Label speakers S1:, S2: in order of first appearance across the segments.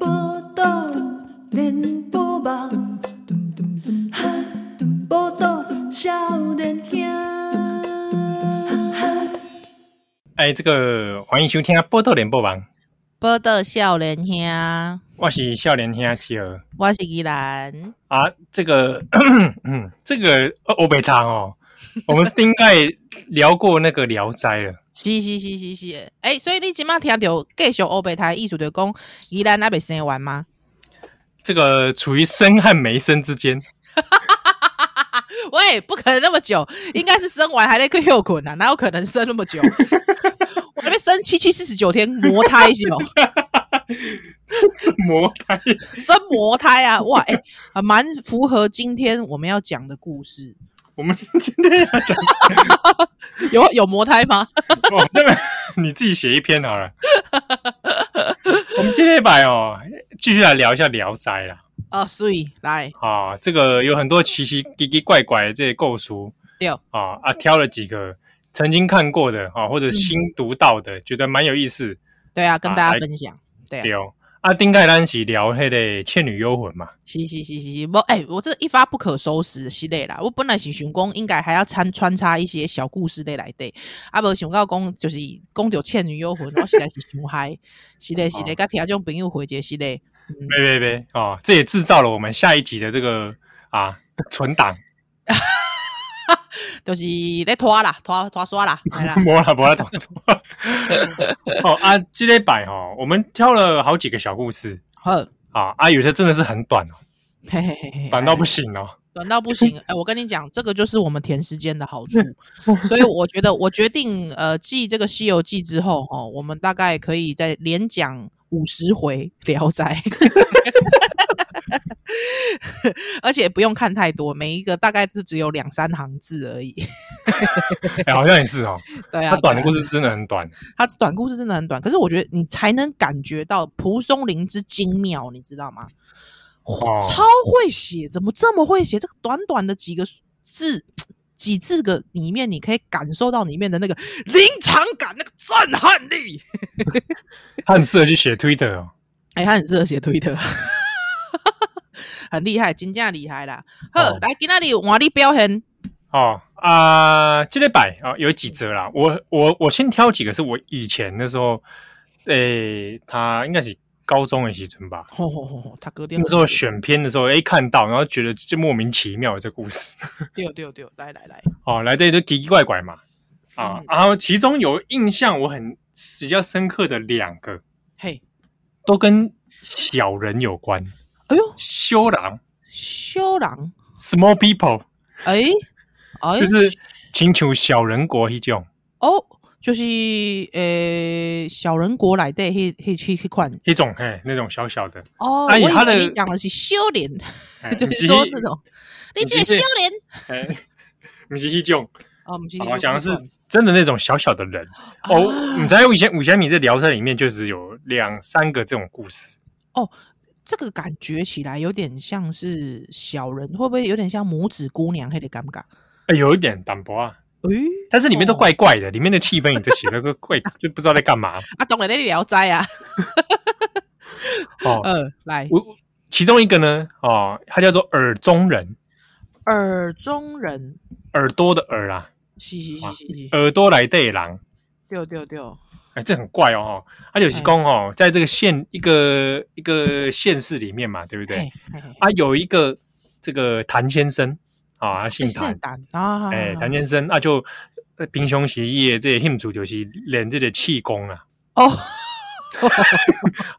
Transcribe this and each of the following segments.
S1: 报道连波梦，报道少年兄。
S2: 哎，这个欢迎收听《波多联播网》，
S3: 报道少年兄，
S2: 我是笑脸天企鹅
S3: 我是依兰。
S2: 啊。这个， 嗯，这个欧北堂哦，我们是应该聊过那个《聊斋》了。
S3: 是是是是是，诶、所以你即马听到继续欧北台艺术就讲宜兰那边生完吗？
S2: 这个处于生和没生之间，
S3: 喂，不可能那么久，应该是生完还在更有困难，哪有可能生那么久？ 我这边生七七四十九天磨胎是 哦，
S2: 是魔胎。
S3: 生磨胎啊，哇，诶、还蛮符合今天我们要讲的故事。
S2: 我们今天要讲，
S3: 有有磨胎吗？
S2: 哦，这个你自己写一篇好了。我们今天把哦，继续来聊一下《聊斋》啦。
S3: 啊、所以来
S2: 啊，这个有很多奇奇奇奇怪怪的这些构图
S3: 对嗯
S2: 啊啊，挑了几个曾经看过的啊，或者新读到的，觉得蛮有意思。
S3: 对啊，跟
S2: 啊
S3: 大
S2: 来
S3: 家分享。对啊
S2: 对哦，啊，丁盖丹是聊迄个《倩女幽魂》嘛，
S3: 是是是是是，我哎、我这一发不可收拾的系列啦。我本来是想讲，应该还要掺穿插一些小故事类来对，啊，无想到讲就是讲到倩女幽魂，我实在是伤嗨，是嘞是
S2: 哦
S3: 嘞，甲听众朋友回解是嘞，
S2: 别别别哦，这也制造了我们下一集的这个啊存档，，
S3: 就是咧拖啦，拖拖刷啦，来啦
S2: 没啦没啦，懂什么？ 哦啊，这类版哦，我们挑了好几个小故事
S3: 好，
S2: 啊啊，有些真的是很短哦，
S3: 嘿嘿嘿嘿，
S2: 短到不行哦。
S3: 短到不行。哎、我跟你讲，这个就是我们填时间的好处。 所以我觉得，我决定呃，继这个《西游记》之后，哈、我们大概可以再连讲五十回《聊斋》，而且不用看太多，每一个大概是只有两三行字而已。
S2: 哎，好像也是哦，
S3: 对啊，
S2: 它短的
S3: 对啊
S2: 故事真的很短。
S3: 它短故事真的很短，可是我觉得你才能感觉到蒲松龄之精妙，你知道吗？
S2: 哦
S3: 哇，超会写，怎么这么会写？这个短短的几个字。几字个里面，你可以感受到里面的那个临场感、那个震撼力。
S2: 他很适合去写 Twitter 哦。
S3: 哎、他很适合写推特，很厉害，真正厉害啦！好，
S2: 哦
S3: 来今天你换你表现，
S2: 哦啊、这类版啊有几则啦，我我我先挑几个是我以前那时候，诶、他应该是高中的时阵吧，
S3: 吼吼吼吼，他哥掉
S2: 那时候选片的时候，诶、看到，然后觉得就莫名其妙的这故事，
S3: 掉掉掉，来来来，
S2: 哦，来这就奇奇怪怪嘛，啊
S3: 嗯，
S2: 然后其中有印象我很比较深刻的两个，
S3: 嘿，
S2: 都跟小人有关，
S3: 哎呦，
S2: 修狼
S3: 修郎，
S2: （small people）
S3: 哎、哎，
S2: 就是请求小人国一种，
S3: 哦，就是诶、
S2: 呃
S3: 小人国来的迄迄迄迄款
S2: 一种嘿那种小小的，
S3: 哦，
S2: 哎
S3: 我以
S2: 他的
S3: 为你讲的是修炼，
S2: 哎
S3: 就是说那种你这个修炼
S2: 哎，不是一种，
S3: 哦，不是
S2: 我讲的是
S3: 那种啊
S2: 真的那种小小的人哦。你猜，我以前武侠米在聊天里面就是有两三个这种故事，
S3: 这个感觉起来有点像是小人，会不会有点像拇指姑娘那个感觉？
S2: 哎，有一点淡薄啊，
S3: 诶、
S2: 但是里面都
S3: 哦
S2: 怪怪的，里面的气氛也都写了个怪，就不知道在干嘛
S3: 啊，当然在聊斋啊，
S2: 哦。
S3: 呃，来
S2: 我其中一个呢，哦，他叫做耳中人，
S3: 耳中人，
S2: 耳朵的耳啊，
S3: 是是是是是，
S2: 耳朵来对狼。
S3: 对对对，
S2: 哎，这很怪哦，哦他有些公
S3: 嗯
S2: 哦，在这个县一个一个县市里面嘛，对不对
S3: 嘿？，嘿嘿
S2: 啊，有一个这个谭先生啊，他姓
S3: 哎
S2: 谭
S3: 圣，诞啊，
S2: 哎，谭先
S3: 健
S2: 生啊，就呃平常时伊这个兴趣就是练这个气功啊，
S3: 哦，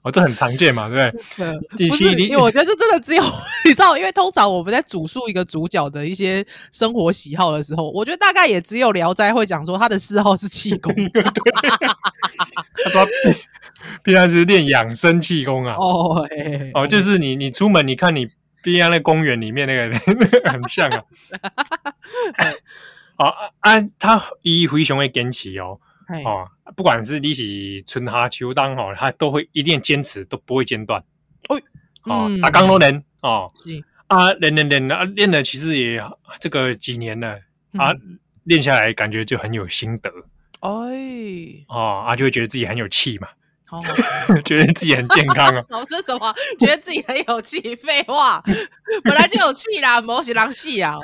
S2: 哦，这很常见嘛，对不
S3: 呃
S2: 对？
S3: 不
S2: 第七
S3: 是，
S2: 你
S3: 因为我觉得这真的只有 你知道，因为通常我们在主述一个主角的一些生活喜好的时候，我觉得大概也只有《聊斋》会讲说他的嗜好是气功
S2: 他说必然是练养生气功啊，
S3: 哦，嘿嘿
S2: 哦，就是你你出门你看你边上那公园里面那个那个 很 像啊，哦啊，他伊非常会坚持哦，
S3: 嘿
S2: 哦，不管是你是春夏秋冬哦，他都会一定坚持，都不会间断
S3: 哎。
S2: 哦，
S3: 嗯
S2: 打钢都能哦，
S3: 是
S2: 啊，练练练啊，练了其实也这个几年了啊，练下来感觉就很有心得
S3: 嗯哎，
S2: 哦，啊，就会觉得自己很有气 嘛，
S3: 好，。
S2: 觉得自己很健康啊
S3: 什么这是什么？觉得自己很有气，废话， 本来就有气啦，某些狼 气啊，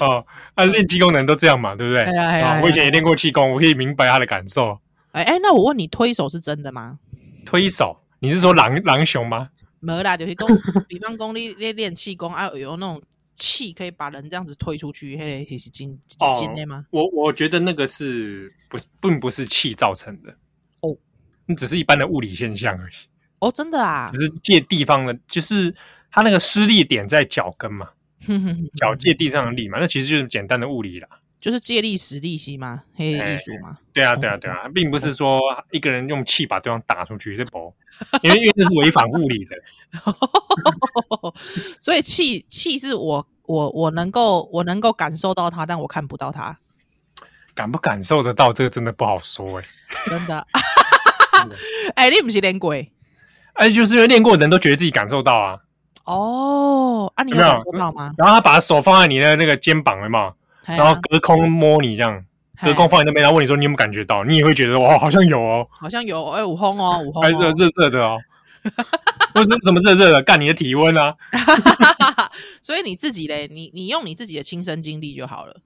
S2: 哦，啊，练肌功能都这样嘛，对不对？
S3: 嗯哎呀哎呀哎
S2: 啊，
S3: 呀
S2: 我以前也练过气功，我可以明白他的感受。
S3: 哎哎，那我问你，推手是真的吗？
S2: 推手，你是说狼狼熊吗？
S3: 没啦，就是讲，比方讲你练练气功啊，有那种气可以把人这样子推出去，嘿，是金是
S2: 哦
S3: 金的吗？
S2: 我我觉得那个是不是并不是气造成的
S3: 哦，
S2: 那只是一般的物理现象而已，
S3: 哦，真的啊，
S2: 只是借地方的，就是他那个施力点在脚跟嘛，
S3: 哼哼哼
S2: 脚借地上的力嘛，那其实就是简单的物理啦。
S3: 就是借力使力息嘛，嘿，
S2: 哎
S3: 艺术嘛，
S2: 对啊，对
S3: 哦
S2: 啊，对啊，并不是说一个人用气把对方打出去，这不，因为因为这是违反物理的。
S3: 所以气气是我我我能够我能够感受到它，但我看不到它，
S2: 感不感受得到，这个真的不好说哎、
S3: 真的。哎，你不是练鬼
S2: 哎、就是因为练过的人都觉得自己感受到啊，
S3: 哦？啊，你有
S2: 有没有
S3: 感受到吗？
S2: 然后他把手放在你的那个肩膀，有没有？
S3: 嘿
S2: 然
S3: 啊
S2: 后隔空摸你这样，
S3: 嘿
S2: 隔空放你那边，然后问你说你有没有感觉到？你也会觉得哇，好像有哦，
S3: 好像有哎，五 轰哦，五轰
S2: 还热
S3: 哦，
S2: 热热的哦，或者怎么热热的？干你的体温啊！
S3: 所以你自己嘞，你你用你自己的亲身经历就好了，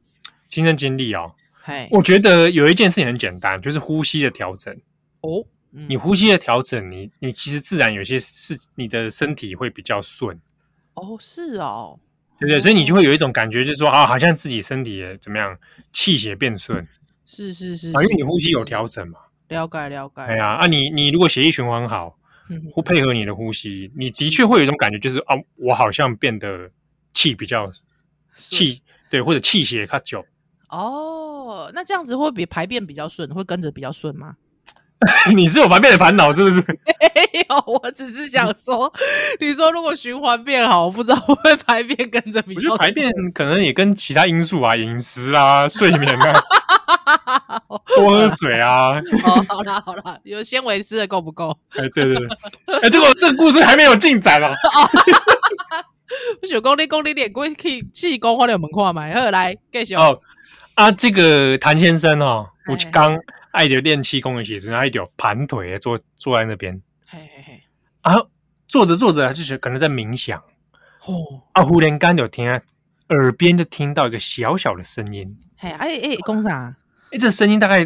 S2: 亲身经历哦，
S3: 嘿，
S2: 我觉得有一件事情很简单，就是呼吸的调整。
S3: 哦，嗯
S2: 你呼吸的调整，你你其实自然有些是你的身体会比较顺，
S3: 哦，是哦，
S2: 对不对？所以你就会有一种感觉，就是说啊，好像自己身体也怎么样，气血变顺
S3: 是是是，
S2: 啊，因为
S3: 是
S2: 你呼吸有调整嘛。
S3: 了解了解，
S2: 哎呀，啊你你如果血液循环好，
S3: 嗯，嗯
S2: 呼配合你的呼吸，你的确会有一种感觉，就是啊，我好像变得气比较气对，或者气血较久，
S3: 哦，那这样子会比排便比较顺，会跟着比较顺吗？
S2: 你是有排便的烦恼是不是？
S3: 没有，我只是想说，你说如果循环变好，我不知道会不会排便跟着
S2: 我
S3: 比较
S2: 觉得
S3: 顺
S2: 排便可能也跟其他因素啊，饮食啊、睡眠啊、 多喝水啊，
S3: 哦， 好啦好啦，有纤维吃的够不够？
S2: 哎，对对对，哎，结果这个故事还没有进展啊。
S3: 我想讲你讲你练过去气功，我来门看买，好来继续。
S2: 哦，啊，这个谭先生哦，
S3: 哎
S2: 我刚爱着练气功的时阵，爱着盘腿坐坐在那边
S3: 嘿嘿嘿，
S2: 啊，坐着坐着就是可能在冥想
S3: 哦，
S2: 啊，忽然间就听耳边就听到一个小小的声音，
S3: 嘿，哎哎，讲啥？
S2: 哎，这声音大概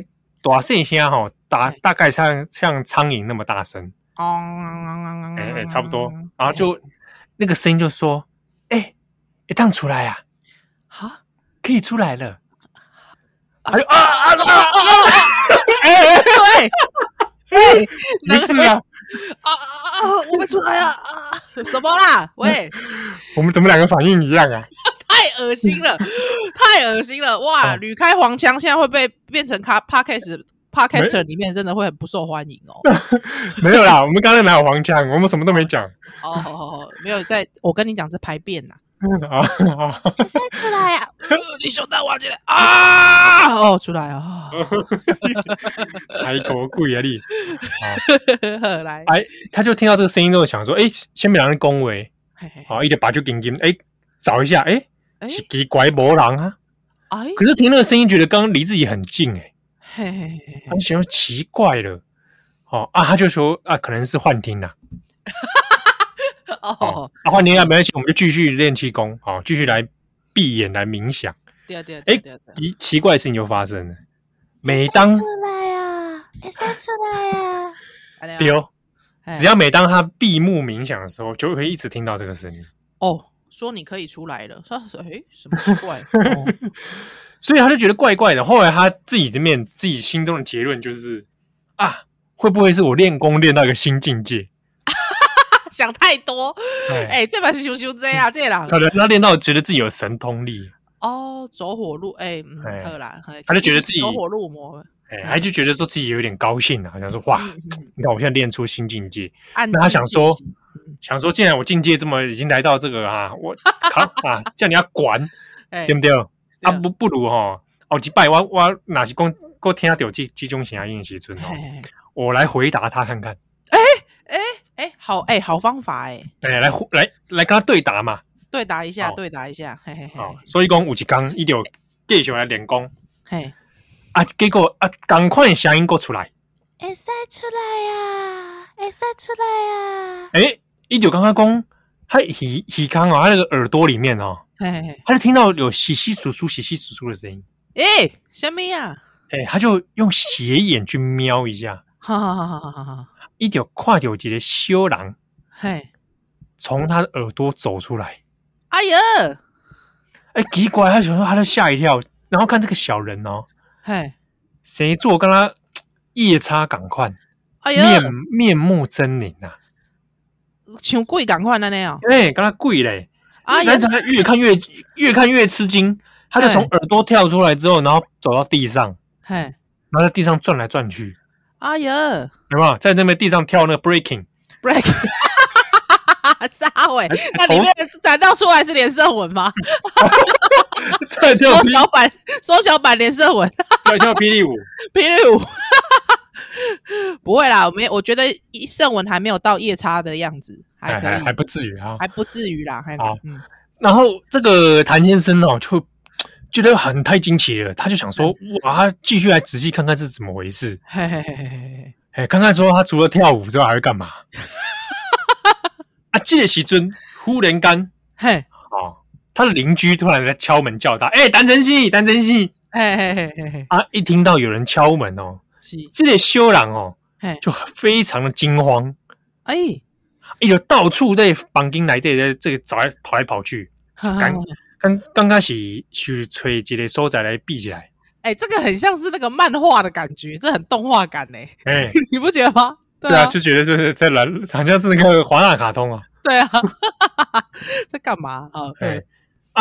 S2: 大声一下哈、哦，大
S3: 哎
S2: 大概像像苍蝇那么大声，
S3: 哦，嗯
S2: 哎哎，差不多，然后就那个声音就说，哎，一趟出来啊，
S3: 哈，
S2: 可以出来了。啊啊啊啊啊！ 哎哎，
S3: 对，哎，
S2: 没事啊，
S3: 啊啊啊！我们出来啊啊！ 什么啦？喂，
S2: 我们怎么两个反应一样啊？
S3: 太恶心 了，太恶心了！哇，
S2: 嗯
S3: 吕开黄腔现在会被变成咖 podcast podcaster 里面真的会很不受欢迎 哦。
S2: 没有啦，我们刚才哪有黄腔？我们什么都没讲
S3: 哦，好好好，没有在，我跟你讲，这排便呐，
S2: 啊啊！
S3: 再出来啊！呃 你熊蛋挖进来啊！哦，出来啊！
S2: 开狗贵啊你！
S3: 来，
S2: 哎，他就听到这个声音之后，想说：哎，先别让人恭维，
S3: 嘿嘿
S2: 好，一点把就紧紧，哎，找一下，哎，
S3: 哎
S2: 是奇怪魔狼啊！
S3: 哎
S2: 可是听那个声音，觉得刚刚离自己很近，哎，
S3: 嘿嘿嘿
S2: 他就想说奇怪了。哦啊，他就说啊，可能是幻听啦。
S3: 嘿，
S2: 哦
S3: 哦，，
S2: 啊，幻听啊，没关系，我们就继续练气功，好，继续来闭眼来冥想。
S3: 对啊对对
S2: 哎
S3: 对对，
S2: 奇奇怪的事情就发生了，
S3: 啊
S2: 每当
S1: 出来啊，会使出来啊！
S3: 安尼啊
S2: 丢。
S3: 哎
S2: 只要每当他闭目冥想的时候，就会一直听到这个声音。
S3: 哦说你可以出来了， 说哎什么奇 怪？哦
S2: 所以他就觉得怪怪的。后来他自己的面，自己心中的结论就是啊，会不会是我练功练到一个新境界？
S3: 想太多。
S2: 哎，
S3: 哎、这把是熊熊 Z 啊，这个人
S2: 可能他练到觉得自己有神通力，
S3: 哦，走火入哎，嗯
S2: 哎
S3: 好啦，哎
S2: 他就觉得自己
S3: 走火入魔，
S2: 哎，他就觉得说自己有点高兴啊，好像说哇，
S3: 嗯嗯
S2: 你看我现在练出新境界，
S3: 暗
S2: 那他
S3: 自
S2: 想
S3: 窃
S2: 说
S3: 喜
S2: 想说既然我境界这么已经来到这个啊，我靠啊，叫你要管
S3: 哎
S2: 对不对？啊，
S3: 对
S2: 不不如哦，哦，几拜我我哪是讲我听到这这种声音的时阵哦，
S3: 哎
S2: 我来回答他看看。
S3: 哎哎，好哎好方法哎，
S2: 哎，来互来来跟他对答嘛，
S3: 对答一下，
S2: 好
S3: 对答一下，嘿嘿嘿
S2: 哦，所以讲有一天伊就继续来练功，
S3: 嘿，
S2: 啊，结果啊，同款的声音过出来，
S1: 会使出来呀，会使出来呀，
S2: 诶、哎伊就刚刚讲，他耳耳康啊，他那个耳朵里面哦，
S3: 嘿嘿嘿，
S2: 他就听到有稀稀疏疏、稀稀疏疏的声音，
S3: 诶，什么呀？
S2: 诶、他就用斜眼去瞄一下，
S3: 哈哈哈哈哈哈，
S2: 伊就看到一个小人
S3: 嘿，
S2: 从他的耳朵走出来，
S3: 哎呀，
S2: 哎、奇怪，他想说他就吓一跳，然后看这个小人哦，
S3: 嘿，
S2: 谁做跟他夜叉赶快，
S3: 哎呀
S2: 面，面目狰狞啊，
S3: 像鬼赶快的那样，
S2: 哎、跟他跪嘞。
S3: 哎呀
S2: 但，是他越看越越看越吃惊，他就从
S3: 对
S2: 耳朵跳出来之后，然后走到地上，
S3: 嘿，
S2: 然后在地上转来转去，
S3: 哎呀
S2: 有没有在那边地上跳那个 breaking？
S3: ，break，撒尾，那
S2: 头
S3: 里面难道出来是连胜 文吗？
S2: 在跳
S3: 缩
S2: 霹
S3: 小版，缩小版连胜文，
S2: 在跳霹雳舞，
S3: 霹雳舞。 不会啦，我没，我觉得一胜文还没有到夜叉的样子， 还
S2: 哎
S3: 可以，
S2: 还还不至于啊。
S3: 还不至于啦，还
S2: 好
S3: 嗯，
S2: 然后这个谭先生哦，就觉得很太惊奇了，他就想说，
S3: 嗯
S2: 哇，他继续来仔细看看是怎么回事，
S3: 嘿嘿嘿嘿嘿
S2: 哎，看看说他除了跳舞之外还会干嘛？ 啊，这个时阵忽然间
S3: 嘿
S2: 哦，他的邻居突然在敲门叫他，哎、欸，谭晨曦，谭晨曦。
S3: 嘿嘿嘿嘿嘿，
S2: 啊，一听到有人敲门哦，
S3: 是，
S2: 这个修郎哦
S3: 嘿，
S2: 就非常的惊慌，
S3: 哎，
S2: 伊就到处在房间内底在这个找来跑来跑去，
S3: 哈哈
S2: 赶
S3: 哈
S2: 刚刚开始去找一个所在来避起来，
S3: 哎，这个很像是那个漫画的感觉，这很动画感呢，
S2: 哎、
S3: 你不觉得吗？
S2: 对啊，就觉得就是在蓝，好像是那个华纳卡通啊，
S3: 对啊， 在干嘛啊？
S2: 哎、
S3: 嗯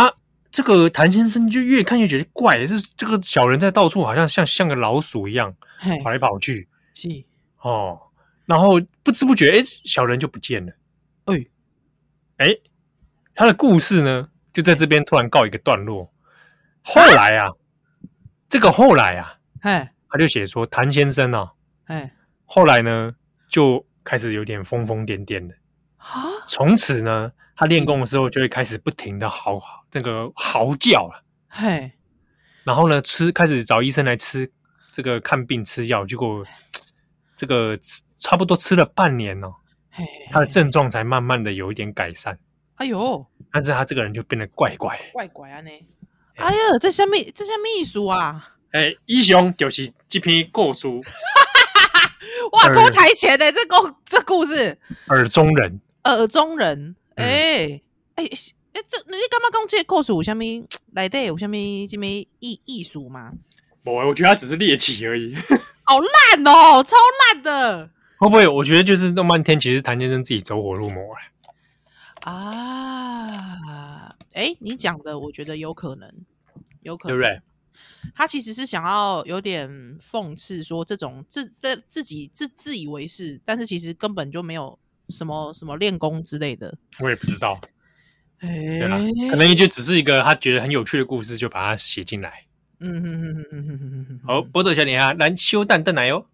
S2: 啊，这个谭先生就越看越觉得怪，这这个小人在到处好像像像个老鼠一样
S3: 嘿
S2: 跑，来跑去
S3: 是，
S2: 哦，然后不知不觉，哎、小人就不见了。
S3: 哎，
S2: 哎，他的故事呢，就在这边突然告一个段落。后来啊，这个后来啊，
S3: 嘿，
S2: 他就写说谭先生啊，
S3: 嘿，
S2: 后来呢就开始有点疯疯癫癫的。
S3: 啊，
S2: 从此呢，他练功的时候就会开始不停的嚎那个嚎叫啊了，
S3: 嘿，
S2: 然后呢吃开始找医生来吃这个看病吃药，结果这个吃差不多吃了半年哦，
S3: 嘿，
S2: 他的症状才慢慢的有一点改善，
S3: 哎呦，
S2: 但是他这个人就变得怪怪。
S3: 怪怪啊呢！哎呀，这下面这下面意思啊！
S2: 诶、以上哎就是这篇故事《
S3: 哇，
S2: 呃
S3: 脱台前的、这故这故事，
S2: 耳中人
S3: 耳中人，
S2: 嗯
S3: 哎哎哎，这你干嘛讲这个故事有啥咪来的？有啥咪这么艺艺术吗？》。
S2: 我我觉得他只是猎奇而已，
S3: 好烂哦，超烂的
S2: 会不会？我觉得就是那漫天，其实谭先生自己走火入魔了。
S3: 啊！哎，你讲的，我觉得有可能，有可
S2: 对
S3: 能
S2: 不。对？
S3: 他其实是想要有点讽刺说这种自自自己自自以为是，但是其实根本就没有什么什么练功之类的。
S2: 我也不知道，
S3: 哎、
S2: 对啊，可能也就只是一个他觉得很有趣的故事，就把它写进来。
S3: 嗯哼哼哼哼哼哼
S2: 好，波多小脸啊，蓝修蛋蛋奶哦。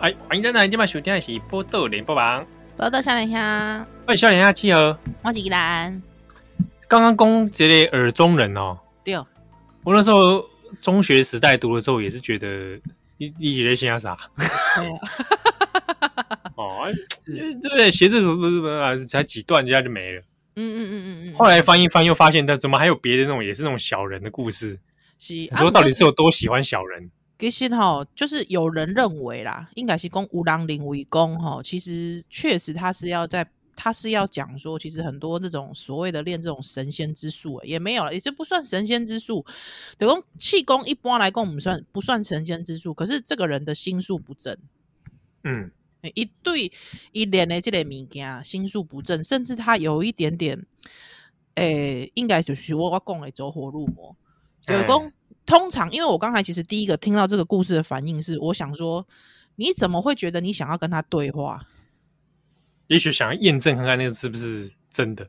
S2: 哎，欢迎蛋奶，今晚收听的是波多连播王，
S3: 报道下来下，
S2: 欢迎小脸啊，七和。
S3: 我是依兰，
S2: 刚刚讲这类耳中人哦，
S3: 对，
S2: 我那时候中学时代读的时候也是觉得，你你姐在想啥？啊 哦，哎对对，写这个不是不是啊，才几段人家就没了。
S3: 嗯嗯嗯嗯嗯，
S2: 后来翻一翻，又发现他怎么还有别的那种，也是那种小人的故事。
S3: 是啊
S2: 你说到底是
S3: 有
S2: 有多喜欢小人？
S3: 其实哈，就是有人认为啦，应该是公无狼林为公哈，其实确实他是要在。他是要讲说，其实很多这种所谓的练这种神仙之术、欸，也没有了，也就不算神仙之术。等于说气功一般来讲，我们算不算神仙之术？可是这个人的心术不正，
S2: 嗯，
S3: 欸伊对伊练的这个物件心术不正，甚至他有一点点，诶、应该就是我我讲的走火入魔。有
S2: 哎
S3: 讲通常，因为我刚才其实第一个听到这个故事的反应是，我想说，你怎么会觉得你想要跟他对话？
S2: 也许想要验证看看那个是不是真的。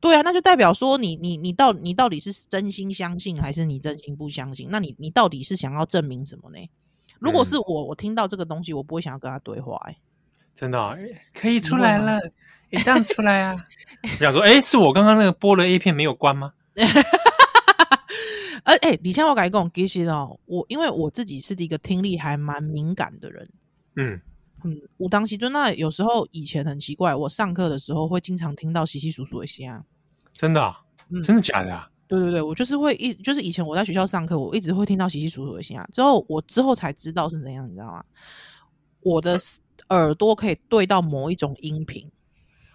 S3: 对啊，那就代表说你你你到你到底是真心相信还是你真心不相信？那你你到底是想要证明什么呢？如果是我，我听到这个东西，我不会想要跟他对话、欸。
S2: 真的、哦、可以出
S3: 会
S2: 来
S3: 吗
S2: 了，一旦出来啊！ 我想说，哎、是我刚刚那个播了 A 片没有关吗？
S3: 而哎、欸，李倩，我跟你讲，其实哦，我因为我自己是一个听力还蛮敏感的人，
S2: 嗯，
S3: 嗯，武当时阵那有时候以前很奇怪，我上课的时候会经常听到稀稀疏疏的声音。
S2: 真的、啊，
S3: 嗯
S2: 真的假的、啊？
S3: 对对对，我就是会一就是以前我在学校上课，我一直会听到稀稀疏疏的声音。之后我之后才知道是怎样，你知道吗？我的耳朵可以对到某一种音频，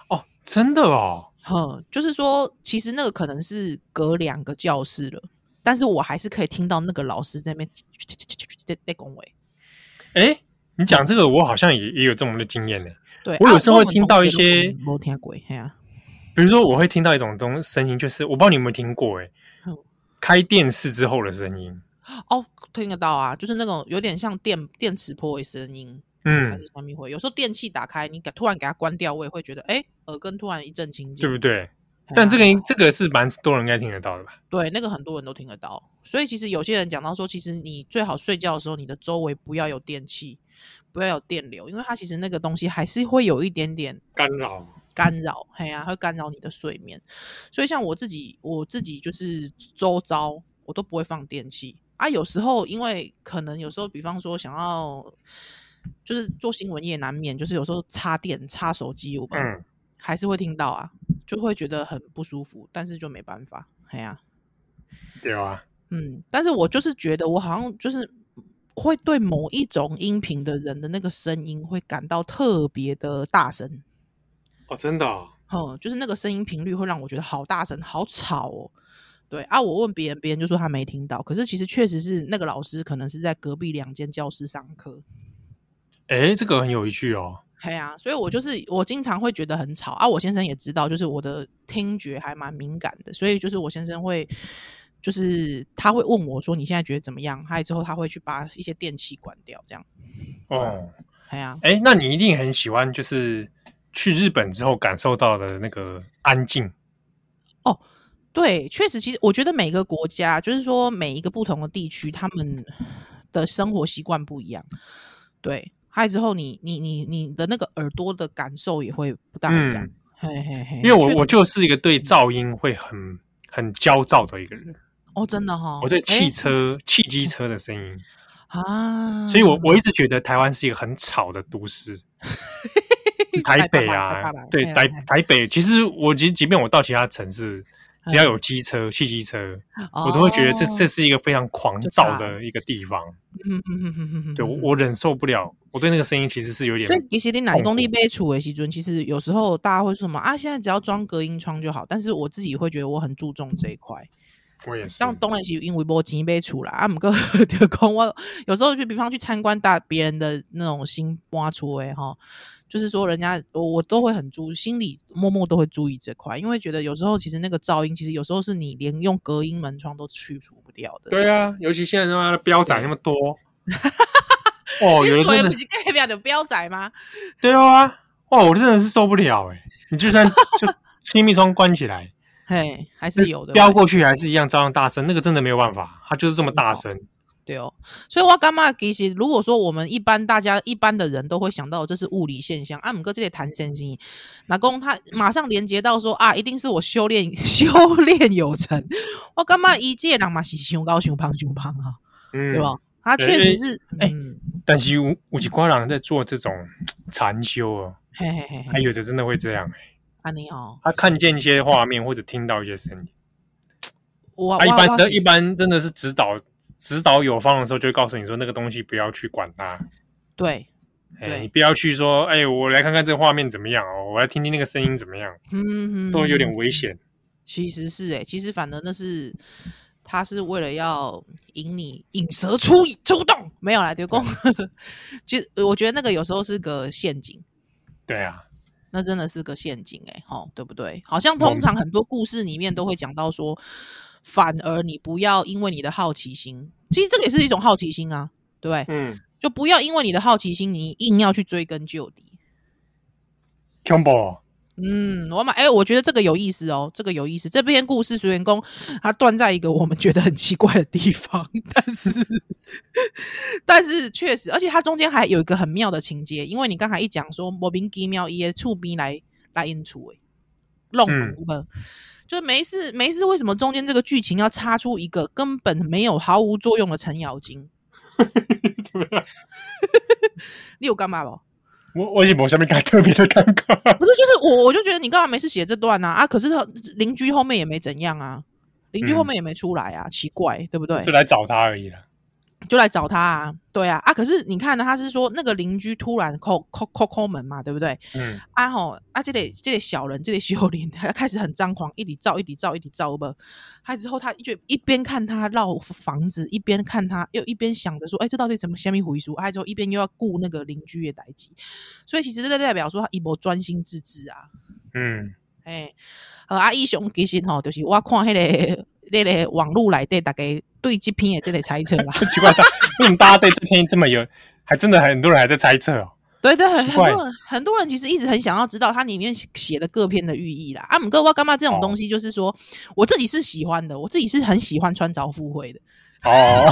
S2: 哦，真的哦，
S3: 哼，就是说其实那个可能是隔两个教室了，但是我还是可以听到那个老师在那边在在恭维。
S2: 哎、你讲这个，我好像也也有这么的经验呢。
S3: 对，
S2: 我有时候会
S3: 啊
S2: 听到一些
S3: 摩天鬼，嘿啊，
S2: 比如说，我会听到一种东声音，就是我不知道你有没有听过、诶哎
S3: 嗯，
S2: 开电视之后的声音。
S3: 哦，听得到啊，就是那种有点像电电磁波的声音，还
S2: 嗯
S3: 是，什么会？有时候电器打开，你给突然给它关掉，我也会觉得，哎、耳根突然一阵清静，
S2: 对不
S3: 对？
S2: 对？但这
S3: 个
S2: 个音这个是蛮多人应该听得到的吧？
S3: 对那个很多人都听得到，所以其实有些人讲到说，其实你最好睡觉的时候，你的周围不要有电器，不要有电流，因为它其实那个东西还是会有一点点
S2: 干扰。
S3: 干扰，嘿呀、会干扰你的睡眠。所以像我自己，我自己就是周遭我都不会放电器啊。有时候因为可能有时候，比方说想要就是做新闻也难免，就是有时候插电插手机，我们、
S2: 嗯，
S3: 还是会听到啊，就会觉得很不舒服，但是就没办法，嘿呀、
S2: 有啊。
S3: 嗯，但是我就是觉得我好像就是。会对某一种音频的人的那个声音会感到特别的大声，
S2: 哦，真的、哦。
S3: 哦，就是那个声音频率会让我觉得好大声、好吵哦。对啊，我问别人，别人就说他没听到，可是其实确实是那个老师可能是在隔壁两间教室上课。
S2: 哎，这个很有趣哦。
S3: 嘿啊，所以我就是我经常会觉得很吵啊。我先生也知道，就是我的听觉还蛮敏感的，所以就是我先生会，就是他会问我说你现在觉得怎么样？还有之后他会去把一些电器关掉，这样。
S2: 哦，
S3: 哎呀、
S2: 哎，那你一定很喜欢，就是去日本之后感受到的那个安静。
S3: 对，确实，其实我觉得每个国家，就是说每一个不同的地区，他们的生活习惯不一样。对，还有之后你，你你你的那个耳朵的感受也会不大一样。
S2: 嗯
S3: 嘿嘿嘿，
S2: 因为我
S3: 确
S2: 我就是一个对噪音会很很焦躁的一个人，
S3: 哦，真的哈、哦，
S2: 我对
S3: 诶嗯
S2: 汽车、汽机车的声音，
S3: 啊，
S2: 所以我我一直觉得台湾是一个很吵的都 市。台北啊，对
S3: 哎
S2: 台台北，其实我即即便我到其他城市，只要
S3: 嗯
S2: 有机车、汽机车，我都会觉得这
S3: 哦
S2: 这是一个非常狂躁的一个地方。
S3: 嗯
S2: 对我我忍受不了，我对那个声音其实是有点
S3: 所以其实你哪功力被处的时阵，其实有时候大家会说什么啊，现在只要装隔音窗就好。但是我自己会觉得我很注重这一块。
S2: 我也是
S3: 像当然是因为无钱买厝啦，啊，毋过 就讲我有时候就比方去参观大别人的那种新搬厝诶吼，就是说人家我我都会很注心里默默都会注意这块，因为觉得有时候其实那个噪音，其实有时候是你连用隔音门窗都去除不掉的。
S2: 对啊，尤其现在他妈的标仔那么 多，哦，有
S3: 你
S2: 的
S3: 吹
S2: 真的
S3: 不是 代表的标仔吗？
S2: 对啊，哇，我真的是受不了哎！你就算就亲密窗关起 来，
S3: 嘿，还是有的。
S2: 飙过去还是一样照样大声，那个真的没有办法，它就是这么大声。
S3: 对哦，所以我干嘛其实如果说我们一般大家一般的人都会想到这是物理现象，啊，姆哥这里谈先
S2: 嗯
S3: 生，老公他马上连接到说啊，一定是我修炼 修炼有成，我干嘛一介人嘛是胸高胸胖胸胖啊，
S2: 嗯，
S3: 对吧？他确实是，
S2: 哎
S3: 哎、
S2: 哎但是有有一挂人在做这种禅修哦，
S3: 嘿嘿嘿
S2: 还
S3: 嘿，
S2: 有的真的会这样、欸，
S3: 安妮哦，
S2: 他看见一些画面或者听到一些声音，
S3: 我
S2: 他
S3: 我
S2: 一般
S3: 我
S2: 的一般真的是指导指导有方的时候，就会告诉你说那个东西不要去管它，
S3: 对，
S2: 哎、
S3: 对
S2: 你不要去说，哎、我来看看这个画面怎么样哦，我来听听那个声音怎么样，
S3: 嗯，
S2: 都有点危险。
S3: 欸其实是哎、其实反而那是他是为了要引你引蛇出出洞，没有啦，丢公。 其实呃我觉得那个有时候是个陷阱，
S2: 对啊，
S3: 那真的是个陷阱哎、欸，吼，对不对？好像通常很多故事里面都会讲到说，反而你不要因为你的好奇心，其实这个也是一种好奇心啊，对不对？
S2: 嗯，
S3: 就不要因为你的好奇心，你硬要去追根究底。
S2: combo，
S3: 嗯，我买，哎、欸，我觉得这个有意思哦，这个有意思。这篇故事，水员工他断在一个我们觉得很奇怪的地方， 但是，但是确实，而且它中间还有一个很妙的情节，因为你刚才一讲说莫名其妙一些触逼来来引出哎，弄不，就是没事没事，为什么中间这个剧情要插出一个根本没有毫无作用的程咬金？
S2: 怎么样？
S3: 你有干嘛不？
S2: 我我也没下面感特别的尴尬，
S3: 不是，就是我我就觉得你干嘛没事写这段呢、啊？啊，可是邻居后面也没怎样啊，邻居后面也没出来啊，嗯、奇怪，对不对？
S2: 就来找他而已了，
S3: 就来找他啊，对啊，啊，可是你看呢，他是说那个邻居突然叩叩叩叩门嘛，对不对？
S2: 嗯，
S3: 啊吼，啊这里这里小人这里修林，他开始很张狂，一里照一里照一里照不，他之后他就一边看他绕房子，一边看他又一边想着说，哎、欸，这到底怎么虾米回事？哎、啊，之后一边又要顾那个邻居的代际，所以其实这代表说他一波专心致志啊，
S2: 嗯，
S3: 哎、欸，呃，阿义雄其实吼，就是我看迄、那个。那个网络来对大概对这篇也这类猜测啦，
S2: 奇怪，为什么大家对这篇这么有？还真的很多人还在猜测哦。
S3: 对对，很多人很多人其实一直很想要知道它里面写的各篇的寓意啦。啊阿姆哥哇干嘛这种东西，就是说、哦、我自己是喜欢的，我自己是很喜欢穿凿附会的。
S2: 哦，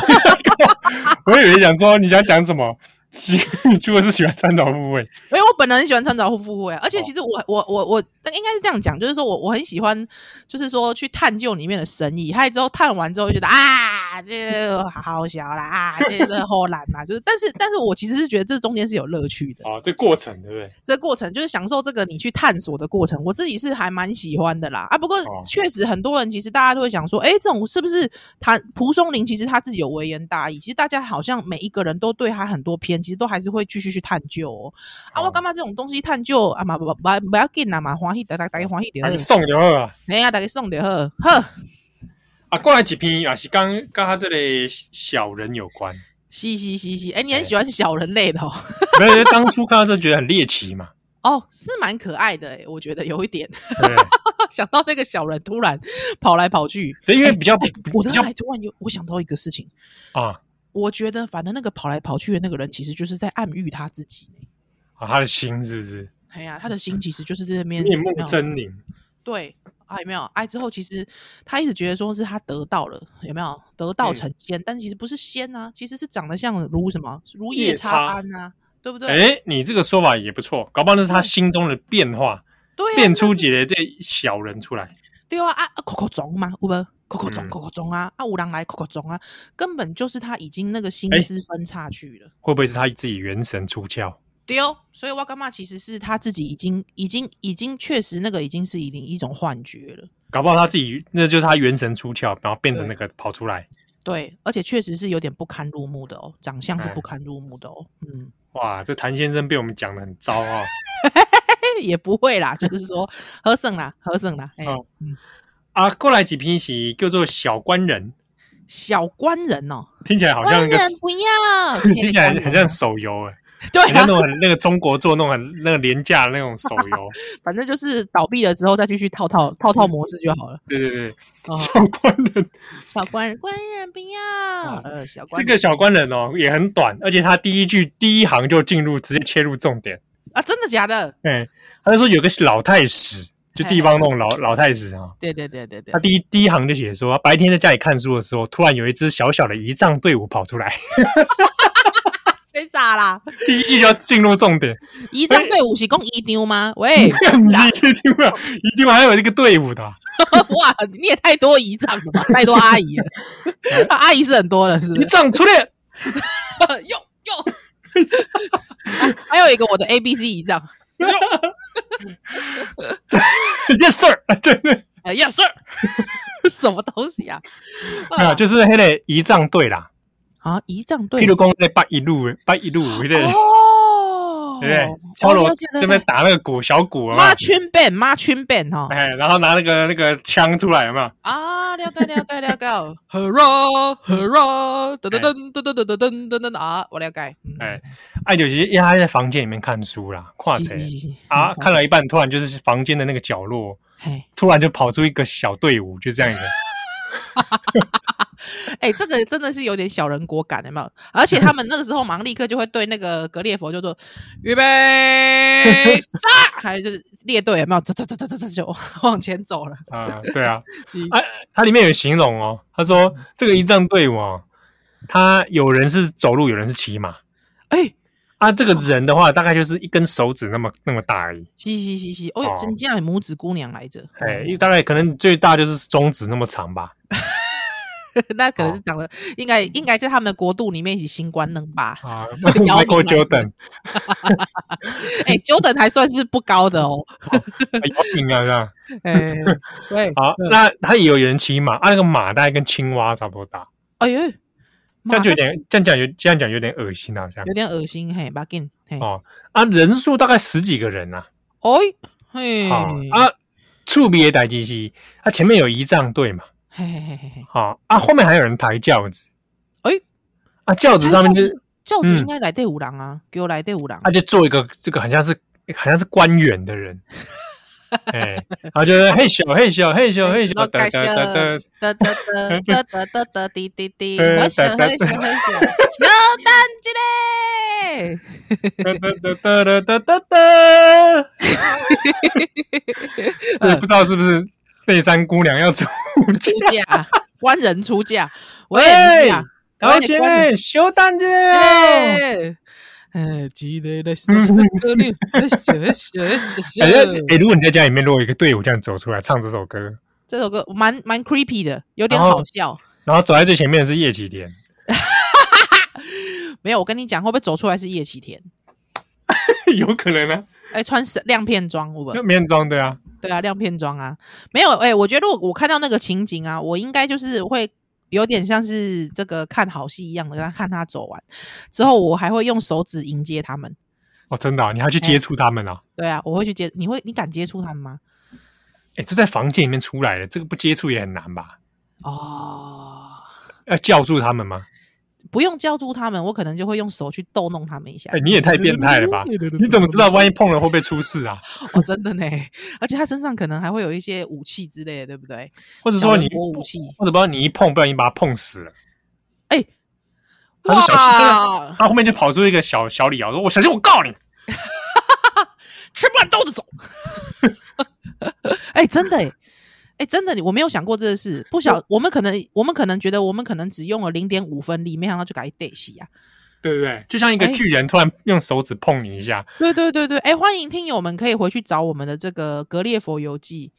S2: 我以为想说你想讲什么。喜，如果是喜欢穿凿附会，
S3: 因为我本人很喜欢穿凿附会啊，而且其实我、哦、我我我那应该是这样讲，就是说我我很喜欢，就是说去探究里面的深意，还之后探完之后就觉得啊，这好小啦，啊，这这好难啦，就是但是但是我其实是觉得这中间是有乐趣的
S2: 哦，这过程对不对？
S3: 这过程就是享受这个你去探索的过程，我自己是还蛮喜欢的啦啊，不过
S2: 哦
S3: 确实很多人其实大家都会想说，哎、欸，这种是不是他蒲松龄其实他自己有微言大义，其实大家好像每一个人都对他很多偏。其实都还是会继续去探究哦。啊，我干嘛这种东西探究啊嘛，不不不要紧啊嘛，欢喜大大大家欢喜点。
S2: 送就好啊，
S3: 哎呀，大家送就好。好
S2: 啊，过来几篇也是刚跟他这类小人有关。
S3: 是是是是，哎、欸，你很喜欢小人类的哦。
S2: 没有，当初看到这觉得很猎奇嘛。
S3: 哦，是蛮可爱的、欸，我觉得有一点。 想到那个小人突然跑来跑去，哎
S2: 对，因为比较、欸、
S3: 我的还突然有，我想到一个事情
S2: 啊。
S3: 我觉得，反正那个跑来跑去的那个人，其实就是在暗喻他自己。
S2: 啊，他的心是不是？
S3: 哎呀、啊，他的心其实就是在那边
S2: 面目狰狞。
S3: 对，啊，有没有？哎、啊，之后其实他一直觉得说是他得到了，有没有？得道成仙，嗯、但其实不是仙啊，其实是长得像如什么如夜叉庵啊，对不对？
S2: 哎，你这个说法也不错，搞不好那是他心中的变化，
S3: 对、啊，
S2: 变出几个这小人出来。
S3: 对啊，啊，口口中嘛，有无？口口中，口口中啊，啊，五郎来口口中啊，根本就是他已经那个心思分叉去了。
S2: 会不会是他自己元神出窍？
S3: 对哦，所以哇干嘛其实是他自己已经、已经、已经确实那个已经是一定一种幻觉了。
S2: 搞不好他自己那就是他元神出窍，然后变成那个跑出来。
S3: 对，而且确实是有点不堪入目的哦，长相
S2: 嗯
S3: 是不堪入目的哦。嗯，
S2: 哇，这谭先生被我们讲的很糟啊、哦。
S3: 也不会啦，就是说合胜啦，合胜啦。哎、欸哦，嗯。
S2: 啊，过来几篇是叫做小官人，
S3: 小官人哦，
S2: 听起来好像一个
S3: 不要，
S2: 听起来很像手游哎、
S3: 欸，对、啊，
S2: 像那种很那个中国做那种很那个廉价那种手游，
S3: 反正就是倒闭了之后再继续套套套套模式就好了。
S2: 对对对， 哦、小官人，
S3: 小官人，官人不要，呃，小官
S2: 哦这个小官人哦也很短，而且他第一句第一行就进入直接切入重点
S3: 啊，真的假的？
S2: 嗯，他就说有个老太史。就地方那种老老太子啊，
S3: 对对对对对，
S2: 他第一第一行就写说，白天在家里看书的时候，突然有一支小小的仪仗队伍跑出来，
S3: 谁傻啦？
S2: 第一句就要进入重点，
S3: 仪仗队伍是供一 丢吗？喂，
S2: 一丢啊，一丢还有一个队伍的、啊，
S3: 哇，你也太多仪仗了吧，太多阿 姨了，啊、阿姨是很多了，是不是？仪
S2: 仗出列，
S3: 哟 哟，还有一个我的 A B C 仪仗。
S2: yes sir，对 对
S3: 呃，yes sir，什么东西啊？
S2: 啊，就是那个仪仗队啦。
S3: 啊，仪仗队，
S2: 譬如讲那八一路，八一路，那个
S3: 哦，
S2: 对不对？敲锣这边打那个鼓，小鼓啊，
S3: 妈圈 b 妈圈 b 哈，
S2: 哎，然后拿那个那个枪出来，有没有？
S3: 啊，了解了解了 解，Hurrah Hurrah，噔噔噔噔噔噔噔噔噔啊，我了解。
S2: 哎，哎，就是因为他在房间里面看书啦，跨着啊，看了一半，突然就是房间的那个角落，突然就跑出一个小队伍，就这样一个。
S3: 哎欸，这个真的是有点小人国感，有没有？而且他们那个时候忙，立刻就会对那个格列佛就说：“预备，杀！”还有就是列队，有没有？这这这这这这就 往前走了。
S2: 啊，对啊，啊，它里面有形容哦，他说这个仪仗队伍、哦，他有人是走路，有人是骑马。
S3: 哎、欸，
S2: 啊，这个人的话，大概就是一根手指那么那么大而已。
S3: 嘻嘻嘻嘻，哦，真这样拇指姑娘来着。
S2: 哎、欸，大概可能最大就是中指那么长吧。
S3: 那可
S2: 哦
S3: 能是长得
S2: 嗯
S3: 应该应该在他们的国度里面一起新官能吧？
S2: 哦
S3: 啊
S2: ，Michael Jordan，
S3: 哎，Jordan 还算是不高的 哦，
S2: 有名啊，是吧？
S3: 哎，
S2: 哦
S3: 对，
S2: 好，那他也有人骑马，啊，那个马大概跟青蛙差不多大。
S3: 哎呦，
S2: 这样就有点，这样讲有这样讲有点恶心，啊好像
S3: 有点恶心，嘿 b u g 嘿，
S2: 哦，啊，人数大概十几个人啊呐。
S3: 哦，嘿，
S2: 啊，触别代机是，他前面有仪仗队嘛。
S3: 嘿嘿嘿嘿嘿，
S2: 好啊！后面还有人抬轿子，
S3: 哎，
S2: 啊，轿子上面就是
S3: 轿子应该来队五郎啊，给我来队五郎，
S2: 他就做一个这个，好像是好像是官员的人，哎，他就是嘿咻嘿咻嘿咻嘿咻，
S3: 得得得得得得得得得滴滴 滴，嘿咻嘿咻嘿咻，小蛋鸡 嘞，
S2: 得得得得得得得，我不知道是不是。内山姑娘要出
S3: 出嫁，官人出嫁，喂，
S2: 老姐，小蛋姐，
S3: 哎，记得的， 哎
S2: 哎，如果你在家里面，如果一个队伍这样走出来唱这首歌，
S3: 这首歌蛮蛮 creepy 的，有点好笑。
S2: 然后走在最前面的是叶启田，
S3: 没有，我跟你讲，会不会走出来是叶启田？
S2: 有可能啊。
S3: 哎、欸，穿亮片装，我们
S2: 亮片装，对啊，
S3: 对啊，亮片装啊，没有哎、欸，我觉得我我看到那个情景啊，我应该就是会有点像是这个看好戏一样的，看他走完之后，我还会用手指迎接他们。
S2: 哦，真的、啊，你还去接触他们啊、欸？
S3: 对啊，我会去接，你会你敢接触他们吗？
S2: 哎，这在房间里面出来了，这个不接触也很难吧？
S3: 哦，
S2: 要叫住他们吗？
S3: 不用叫住他们，我可能就会用手去逗弄他们一下。
S2: 哎、欸，你也太变态了 吧！你怎么知道万一碰了会不会出事啊？
S3: 哦，真的呢，而且他身上可能还会有一些武器之类的，对不对？
S2: 或者说你
S3: 武器，
S2: 或者不知道你一碰，不然你把他碰死了。
S3: 哎、欸，
S2: 他小啊心，他后面就跑出一个小小李敖啊说：“我小心，我告你，
S3: 吃不完兜着走。 欸”哎，真的哎。哎，真的，我没有想过这个事。不晓，我们可能，我们可能觉得，我们可能只用了零点五分力，没想到就改对戏啊，
S2: 对不对？就像一个巨人突然用手指碰你一下。
S3: 对对对对，哎，欢迎听友们可以回去找我们的这个《格列佛游记》。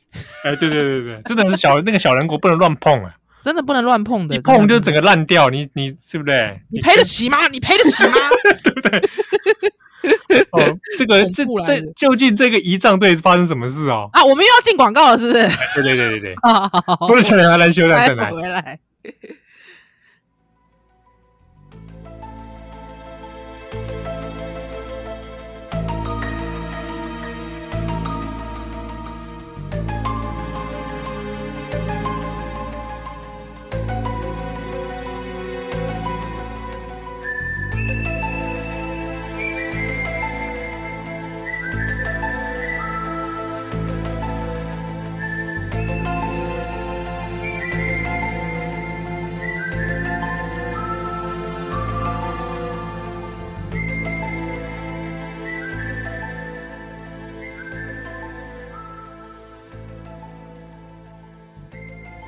S2: 哎，对对对对， 真的是小那个小人国不能乱碰啊，
S3: 真的不能乱碰的，
S2: 一碰就整个烂掉。你你是不是？
S3: 你赔得起吗？你赔得起吗？
S2: 对不对？ 哦， 这个这这究竟这个仪仗队发生什么事哦？
S3: 啊，我们又要进广告了，是不 是？
S2: 对对对对 对，哎不是前两来修改再来
S3: 回来。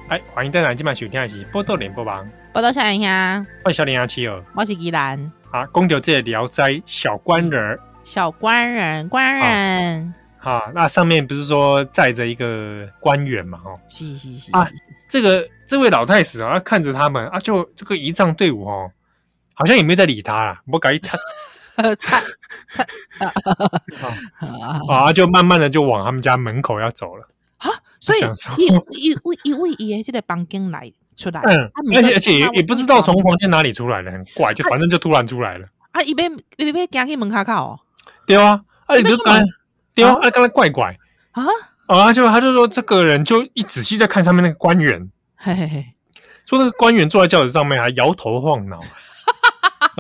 S2: 哎，欢迎登来今晚收听的是《波多连播网》，
S3: 波多小林兄，
S2: 欢迎小林阿七儿，
S3: 我是依兰。
S2: 啊，公牛这《聊斋》小官人，
S3: 小官人，官人。
S2: 啊，那上面不是说载着一个官员嘛？哦，
S3: 是是是
S2: 啊，这个这位老太史啊，看着他们啊，就这个仪仗队伍哦，好像也没有在理他啦，我搞一 擦
S3: 擦擦
S2: 啊，就慢慢的就往他们家门口要走了。
S3: 啊，所以一一位一位爷这个房间来出来，啊
S2: 嗯，而且而且也也不知道啊从房间哪里出来的，很怪，就反正就突然出来了。
S3: 啊，一边一边行去门口口哦，
S2: 对啊，啊，你就刚对啊，啊，刚才怪怪
S3: 啊
S2: 啊，就他就说这个人就一仔细在看上面那个官员，
S3: 嘿嘿嘿，
S2: 说那个官员坐在轿子上面还摇头晃脑，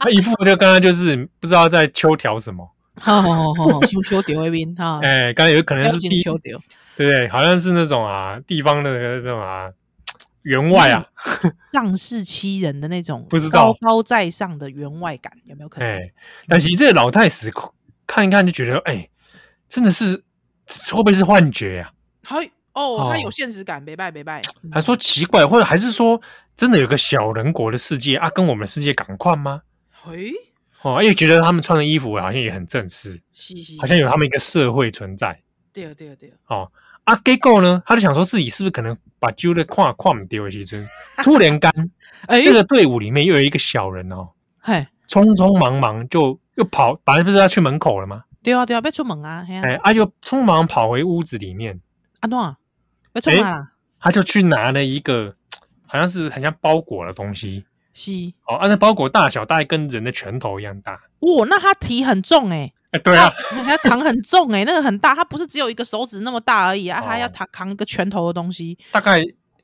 S2: 他一副就刚刚就是不知道在秋条什么，
S3: 好好好好，秋秋丢一边 哈，
S2: 哎，刚才有可能是
S3: 秋秋丢，
S2: 对不对？好像是那种啊地方的那种啊。员外啊，
S3: 仗势欺人的那种，
S2: 不知道
S3: 高高在上的员外感有没有可能？哎、
S2: 欸，但其实这个老太史看一看就觉得，哎、欸，真的是会不会是幻觉呀、
S3: 啊？还哦，他有现实感，没拜没拜。
S2: 还说奇怪，或者还是说真的有个小人国的世界啊，跟我们世界赶快吗？
S3: 诶、欸，
S2: 哦，因为觉得他们穿的衣服好像也很正式，
S3: 是是
S2: 好像有他们一个社会存在。
S3: 对对对。
S2: 哦。啊，结果呢？他就想说自己是不是可能把揪的跨跨唔丢的时阵，突然间，
S3: 哎、欸，
S2: 这个队伍里面又有一个小人哦，
S3: 嘿，
S2: 匆匆忙忙就又跑，本来不是要去门口了吗？
S3: 对啊，对啊，被出门啊，
S2: 哎、欸，啊，就匆忙跑回屋子里面，
S3: 啊诺，
S2: 哎
S3: 被出门啦、欸，
S2: 他就去拿了一个好像是很像包裹的东西，
S3: 是，
S2: 哦，按、啊、照包裹大小大概跟人的拳头一样大，
S3: 哇、哦，那他提很重哎。
S2: 欸、对啊，
S3: 还要扛很重哎、欸，那个很大，它不是只有一个手指那么大而已啊，
S2: 哦
S3: 还要扛扛一个拳头的东西。
S2: 大概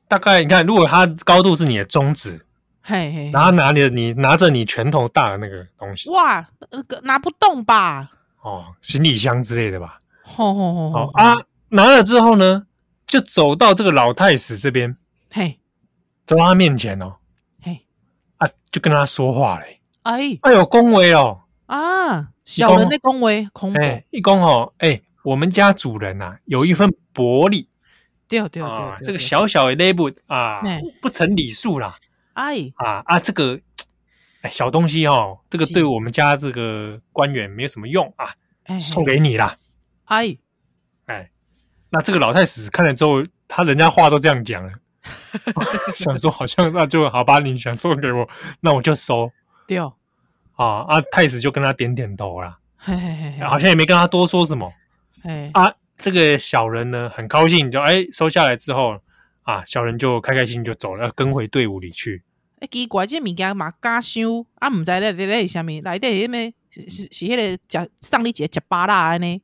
S2: 大概，你看，如果它高度是你的中指，
S3: 嘿嘿，
S2: 然后拿你的你拿着你拳头大的那个东西，
S3: 哇，那个拿不动吧？
S2: 哦，行李箱之类的吧？
S3: 吼吼吼！
S2: 哦啊，拿了之后呢，就走到这个老太史这边，
S3: 嘿，
S2: 走到他面前哦，
S3: 嘿，
S2: 啊，就跟他说话嘞、
S3: 欸，哎，
S2: 哎呦，恭维哦，
S3: 啊。小人的恭维，恐怖。
S2: 哎，一公哦，哎、欸，我们家主人呐、啊、有一份薄利，
S3: 对对对,對，
S2: 啊这个小小的 label 啊，
S3: 欸、
S2: 不成礼数啦，
S3: 哎
S2: 啊啊，这个哎小东西哦，这个对我们家这个官员没有什么用啊，
S3: 欸、
S2: 送给你啦，
S3: 哎
S2: 哎，那这个老太史看了之后，他人家话都这样讲了， 想说好像那就好吧，你想送给我，那我就收
S3: 掉。對
S2: 啊啊！太子就跟他点点头啦，
S3: 嘿嘿嘿
S2: 好像也没跟他多说什么。
S3: 哎
S2: 啊，这个小人呢很高兴，就哎、欸、收下来之后啊，小人就开开心心就走了，跟回队伍里 去。
S3: 哎、欸，奇怪，这物件嘛假收啊，毋知咧咧咧是啥物，内底是咩？是是迄个食送你一个食巴拉安尼，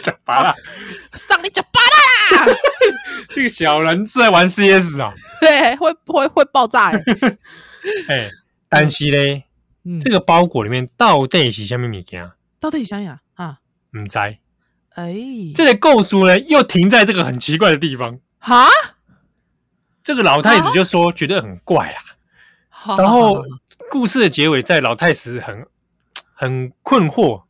S2: 食巴拉，
S3: 送你食巴拉啦！
S2: 这个小人是在玩 CS 啊？
S3: 对，会会会爆炸 哎、欸！
S2: 哎。但是嘞，
S3: 嗯、
S2: 这个包裹里面到底是什么物件？
S3: 到底是啥呀？啊，
S2: 唔知。哎、
S3: 欸，
S2: 这个构书呢，又停在这个很奇怪的地方。
S3: 哈，
S2: 这个老太子就说觉得很怪啊。然后故事的结尾，在老太子很很困惑，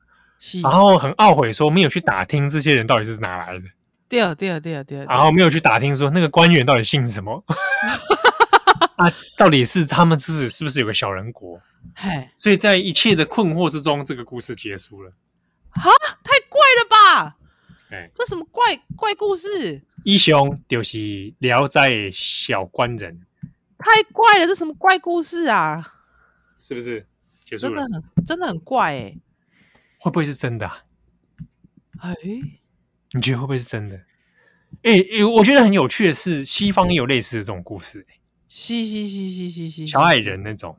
S3: 嗯
S2: 然后很懊悔，说没有去打听这些人到底是哪来的。
S3: 对啊，对啊，对啊，对啊。
S2: 然后没有去打听说那个官员到底姓什么。啊，到底是他们自己是不是有个小人国？
S3: 嘿，
S2: 所以在一切的困惑之中，这个故事结束了。
S3: 哈，太怪了吧！
S2: 哎，
S3: 这什么怪怪故事？
S2: 一雄就是聊斋小官人，
S3: 太怪了，这什么怪故事啊？
S2: 是不是结束
S3: 了？真的很真的很怪哎、欸，
S2: 会不会是真的、啊？
S3: 哎，
S2: 你觉得会不会是真的？哎、欸欸，我觉得很有趣的是，西方也有类似的这种故事
S3: 嗯
S2: 哎。
S3: 嘻嘻嘻嘻嘻嘻，
S2: 小矮人那种，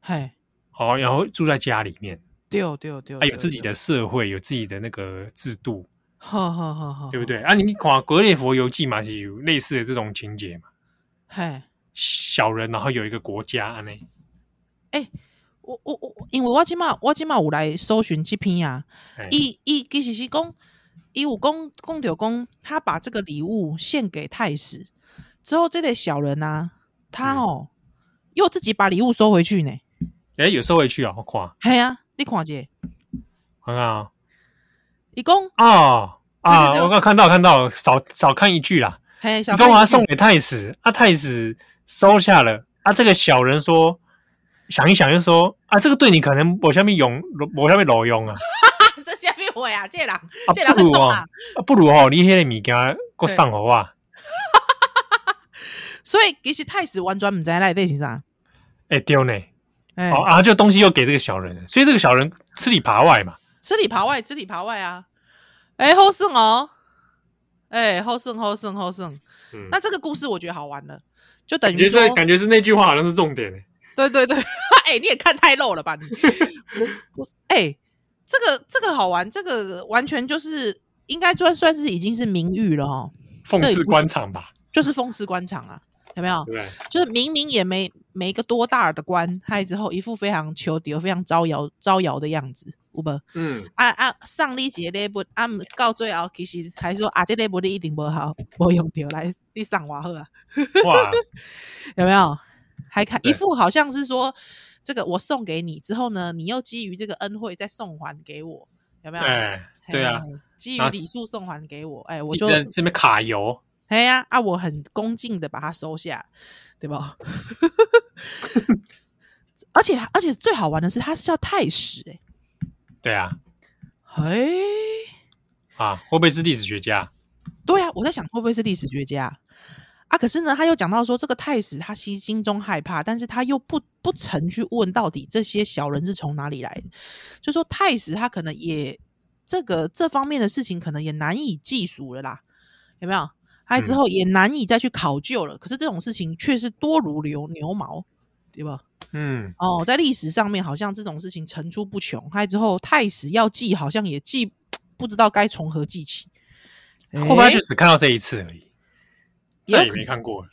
S3: 嘿，
S2: 好，然后住在家里面，
S3: 对对对，
S2: 啊，有自己的社会，有自己的那个制度，
S3: 好好好好，
S2: 对不对？啊，你看《格列佛游记》嘛，是有类似的这种情节嘛，
S3: 嘿，
S2: 小人然后有一个国家啊呢，
S3: 哎、欸，我我我，因为我今嘛我今嘛有来搜寻这篇啊，
S2: 哎
S3: 伊伊其实是讲，伊有讲讲着讲，他把这个礼物献给太史之后，这类小人啊。他哦，又自己把礼物收回去呢。
S2: 哎、欸，有收回去啊！我看。
S3: 系啊，你看者。
S2: 看啊，
S3: 一共
S2: 哦啊，我刚看到看到，少少看一句啦。
S3: 嘿，
S2: 你干嘛送给太史？啊，太史收下了。啊，这个小人说，想一想就说啊，这个对你可能我下面用，我下面老用 啊。
S3: 这下面我呀，这人，啊、这
S2: 人不如哦
S3: 啊，
S2: 不如哦，你迄个物件搁送我啊。
S3: 所以其实太史完全唔知内底是啥，
S2: 哎丢呢，
S3: 哎、欸、
S2: 哦啊，就东西又给这个小人，所以这个小人吃里扒外嘛，
S3: 吃里扒外，吃里扒外啊，哎、欸、好胜哦，哎、欸、好胜好胜好胜，
S2: 嗯，
S3: 那这个故事我觉得好玩了，就等
S2: 于说感觉是那句话好像是重点，
S3: 对对对，哎你也看太漏了吧你，哎这个这个好玩，这个完全就是应该算算是已经是名誉了哦，
S2: 讽刺官场 吧，
S3: 就是讽刺官场啊，有没有？
S2: 对不对？
S3: 就是明明也没没个多大的官，害之后一副非常求敌、非常招摇招摇的样子，有无？
S2: 嗯，
S3: 啊啊，上你一个礼物，啊，到最后其实还说啊，这礼物你一定无好，无用着来，你送我好啊，
S2: 哇，
S3: 有没有？还看
S2: 对
S3: 一副好像是说这个我送给你之后呢，你又基于这个恩惠再送还给我，有没有？
S2: 哎，对啊
S3: 嘿，，基于
S2: 然后
S3: 礼数送还给我，哎，我
S2: 我
S3: 就
S2: 这这边卡油，
S3: 哎呀啊，我很恭敬的把它收下，对吧？ 而且而且最好玩的是，他是叫太史、欸，
S2: 对啊，
S3: 哎、
S2: 啊，会不会是历史学家？
S3: 对啊，我在想会不会是历史学家啊？可是呢，他又讲到说，这个太史他其实心中害怕，但是他又不不曾去问到底这些小人是从哪里来的，就说太史他可能也这个这方面的事情可能也难以计数了啦，有没有？还
S2: 嗯
S3: 之后也难以再去考究了。可是这种事情却是多如牛牛毛，对吧？
S2: 嗯，
S3: 哦，在历史上面好像这种事情层出不穷，还之后太史要记，好像也记不知道该从何记起。
S2: 会不会他
S3: 诶
S2: 就只看到这一次而已，
S3: 也有
S2: 再也
S3: 可
S2: 没看过了。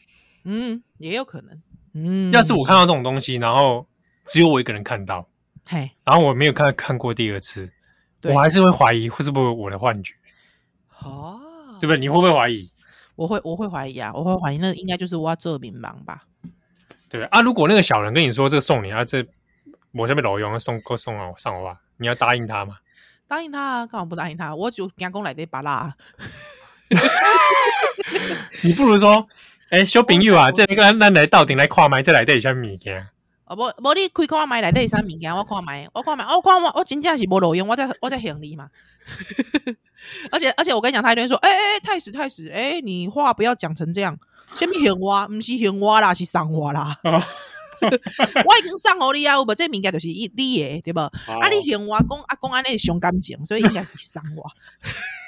S3: 嗯，也有可能。嗯，
S2: 要是我看到这种东西，然后只有我一个人看到，
S3: 嘿，
S2: 然后我没有看看过第二次，
S3: 对
S2: 我还是会怀疑会是不是我的幻觉，
S3: 哦，
S2: 对不对？你会不会怀疑？
S3: 我会我会怀疑啊，我会怀疑那应该就是我要做民盲吧？
S2: 对不对啊，如果那个小人跟你说这个送你啊，这我这边老用送够送啊，我上我吧，你要答应他吗？
S3: 答应他啊，干嘛不答应他？我就讲讲来的巴拉啊，
S2: 你不如说，哎、小朋友啊，这个咱咱来到顶来看麦，再来带一下啊物件。
S3: 哦，无无你开看买内底啥物件，我看买，我看买，哦我看我我真正是无路用，我在我在行你嘛。 而且而且我跟你讲，他一定会说，哎、哎、哎，太史太史，哎、你话不要讲成这样，什么行我，不是行我啦，是送我啦。
S2: 哦
S3: 我已经送互你啊，有无？这物件就是一你的，对
S2: 哦
S3: 无？啊，你嫌我讲啊讲安尼伤感情，所以应该是伤 我。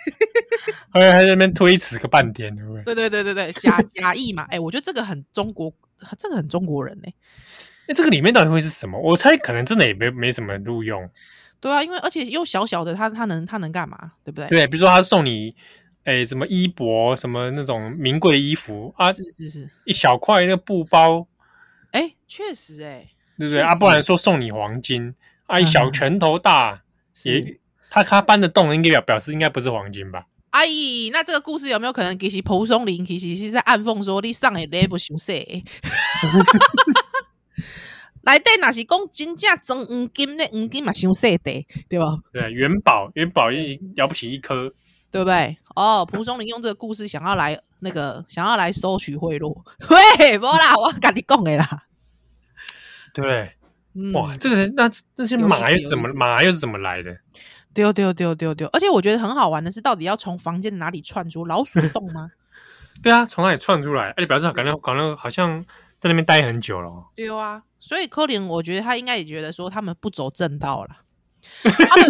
S2: 还还在那边推迟个半天，对不对？
S3: 对对对对对，假 假意嘛，哎、我觉得这个很中国，这个很中国人呢、
S2: 那这个里面到底会是什么？我猜可能真的也没没什么录用。
S3: 对啊，因为而且又小小的他，他能他能干嘛？对不对？
S2: 对，比如说他送你，哎、什么衣帛，什么那种名贵的衣服啊，
S3: 是是是，
S2: 一小块那个布包，
S3: 哎、确实哎、
S2: 对不对？
S3: 确
S2: 啊，
S3: 实
S2: 不然说送你黄金啊，一
S3: 嗯
S2: 小
S3: 嗯
S2: 拳头大，
S3: 是
S2: 也他他搬得动，应该表表示应该不是黄金吧？
S3: 阿姨，那这个故事有没有可能其实蒲松龄其实是在暗讽说你上的 level 想 说？来底若是讲真正装黄金的黄金嘛，伤细的，对吧？
S2: 对，元宝元宝一了不起一颗，
S3: 对不对？哦，蒲松龄用这个故事想要来那个，想要来收取贿赂。 喂，无啦，我跟你讲的啦。
S2: 对不对？
S3: 嗯、
S2: 哇，这个人那那些
S3: 有意
S2: 马
S3: 思
S2: 又
S3: 有
S2: 是怎
S3: 意
S2: 么
S3: 思
S2: 马又是怎么来的？
S3: 丢丢丢丢丢！而且我觉得很好玩的是，到底要从房间哪里窜出老鼠洞吗？
S2: 对啊，从哪里窜出来？哎、你表示他感觉感觉好像在那边待很久了哦。
S3: 对啊，所以柯林，我觉得他应该也觉得说他们不走正道了，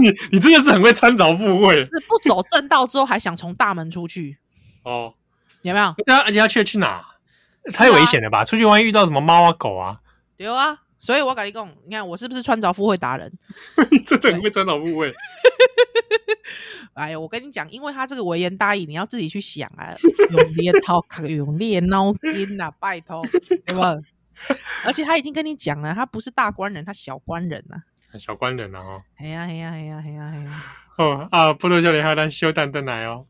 S2: 你你真的是很会穿凿附会
S3: 是不 走正道之后还想从大门出去，
S2: 哦。
S3: 有没有？
S2: 对啊，而且他去去哪？
S3: 啊
S2: 太危险了吧！出去万一遇到什么猫啊狗啊，
S3: 对啊，所以我跟你讲，你看我是不是穿着富会达人？
S2: 你 真的很会穿凿附会。
S3: 哎呀，我跟你讲，因为他这个微言大义，你要自己去想啊， 用力掏， 用力脑筋呐、啊，拜托，对吧？而且他已经跟你讲了，他不是大官人，他小官人呐、啊。
S2: 小官人啊哦，
S3: 哎呀，哎呀，哎呀，哎呀，哎呀！
S2: 哦啊，不多就连还有咱小蛋蛋来哦。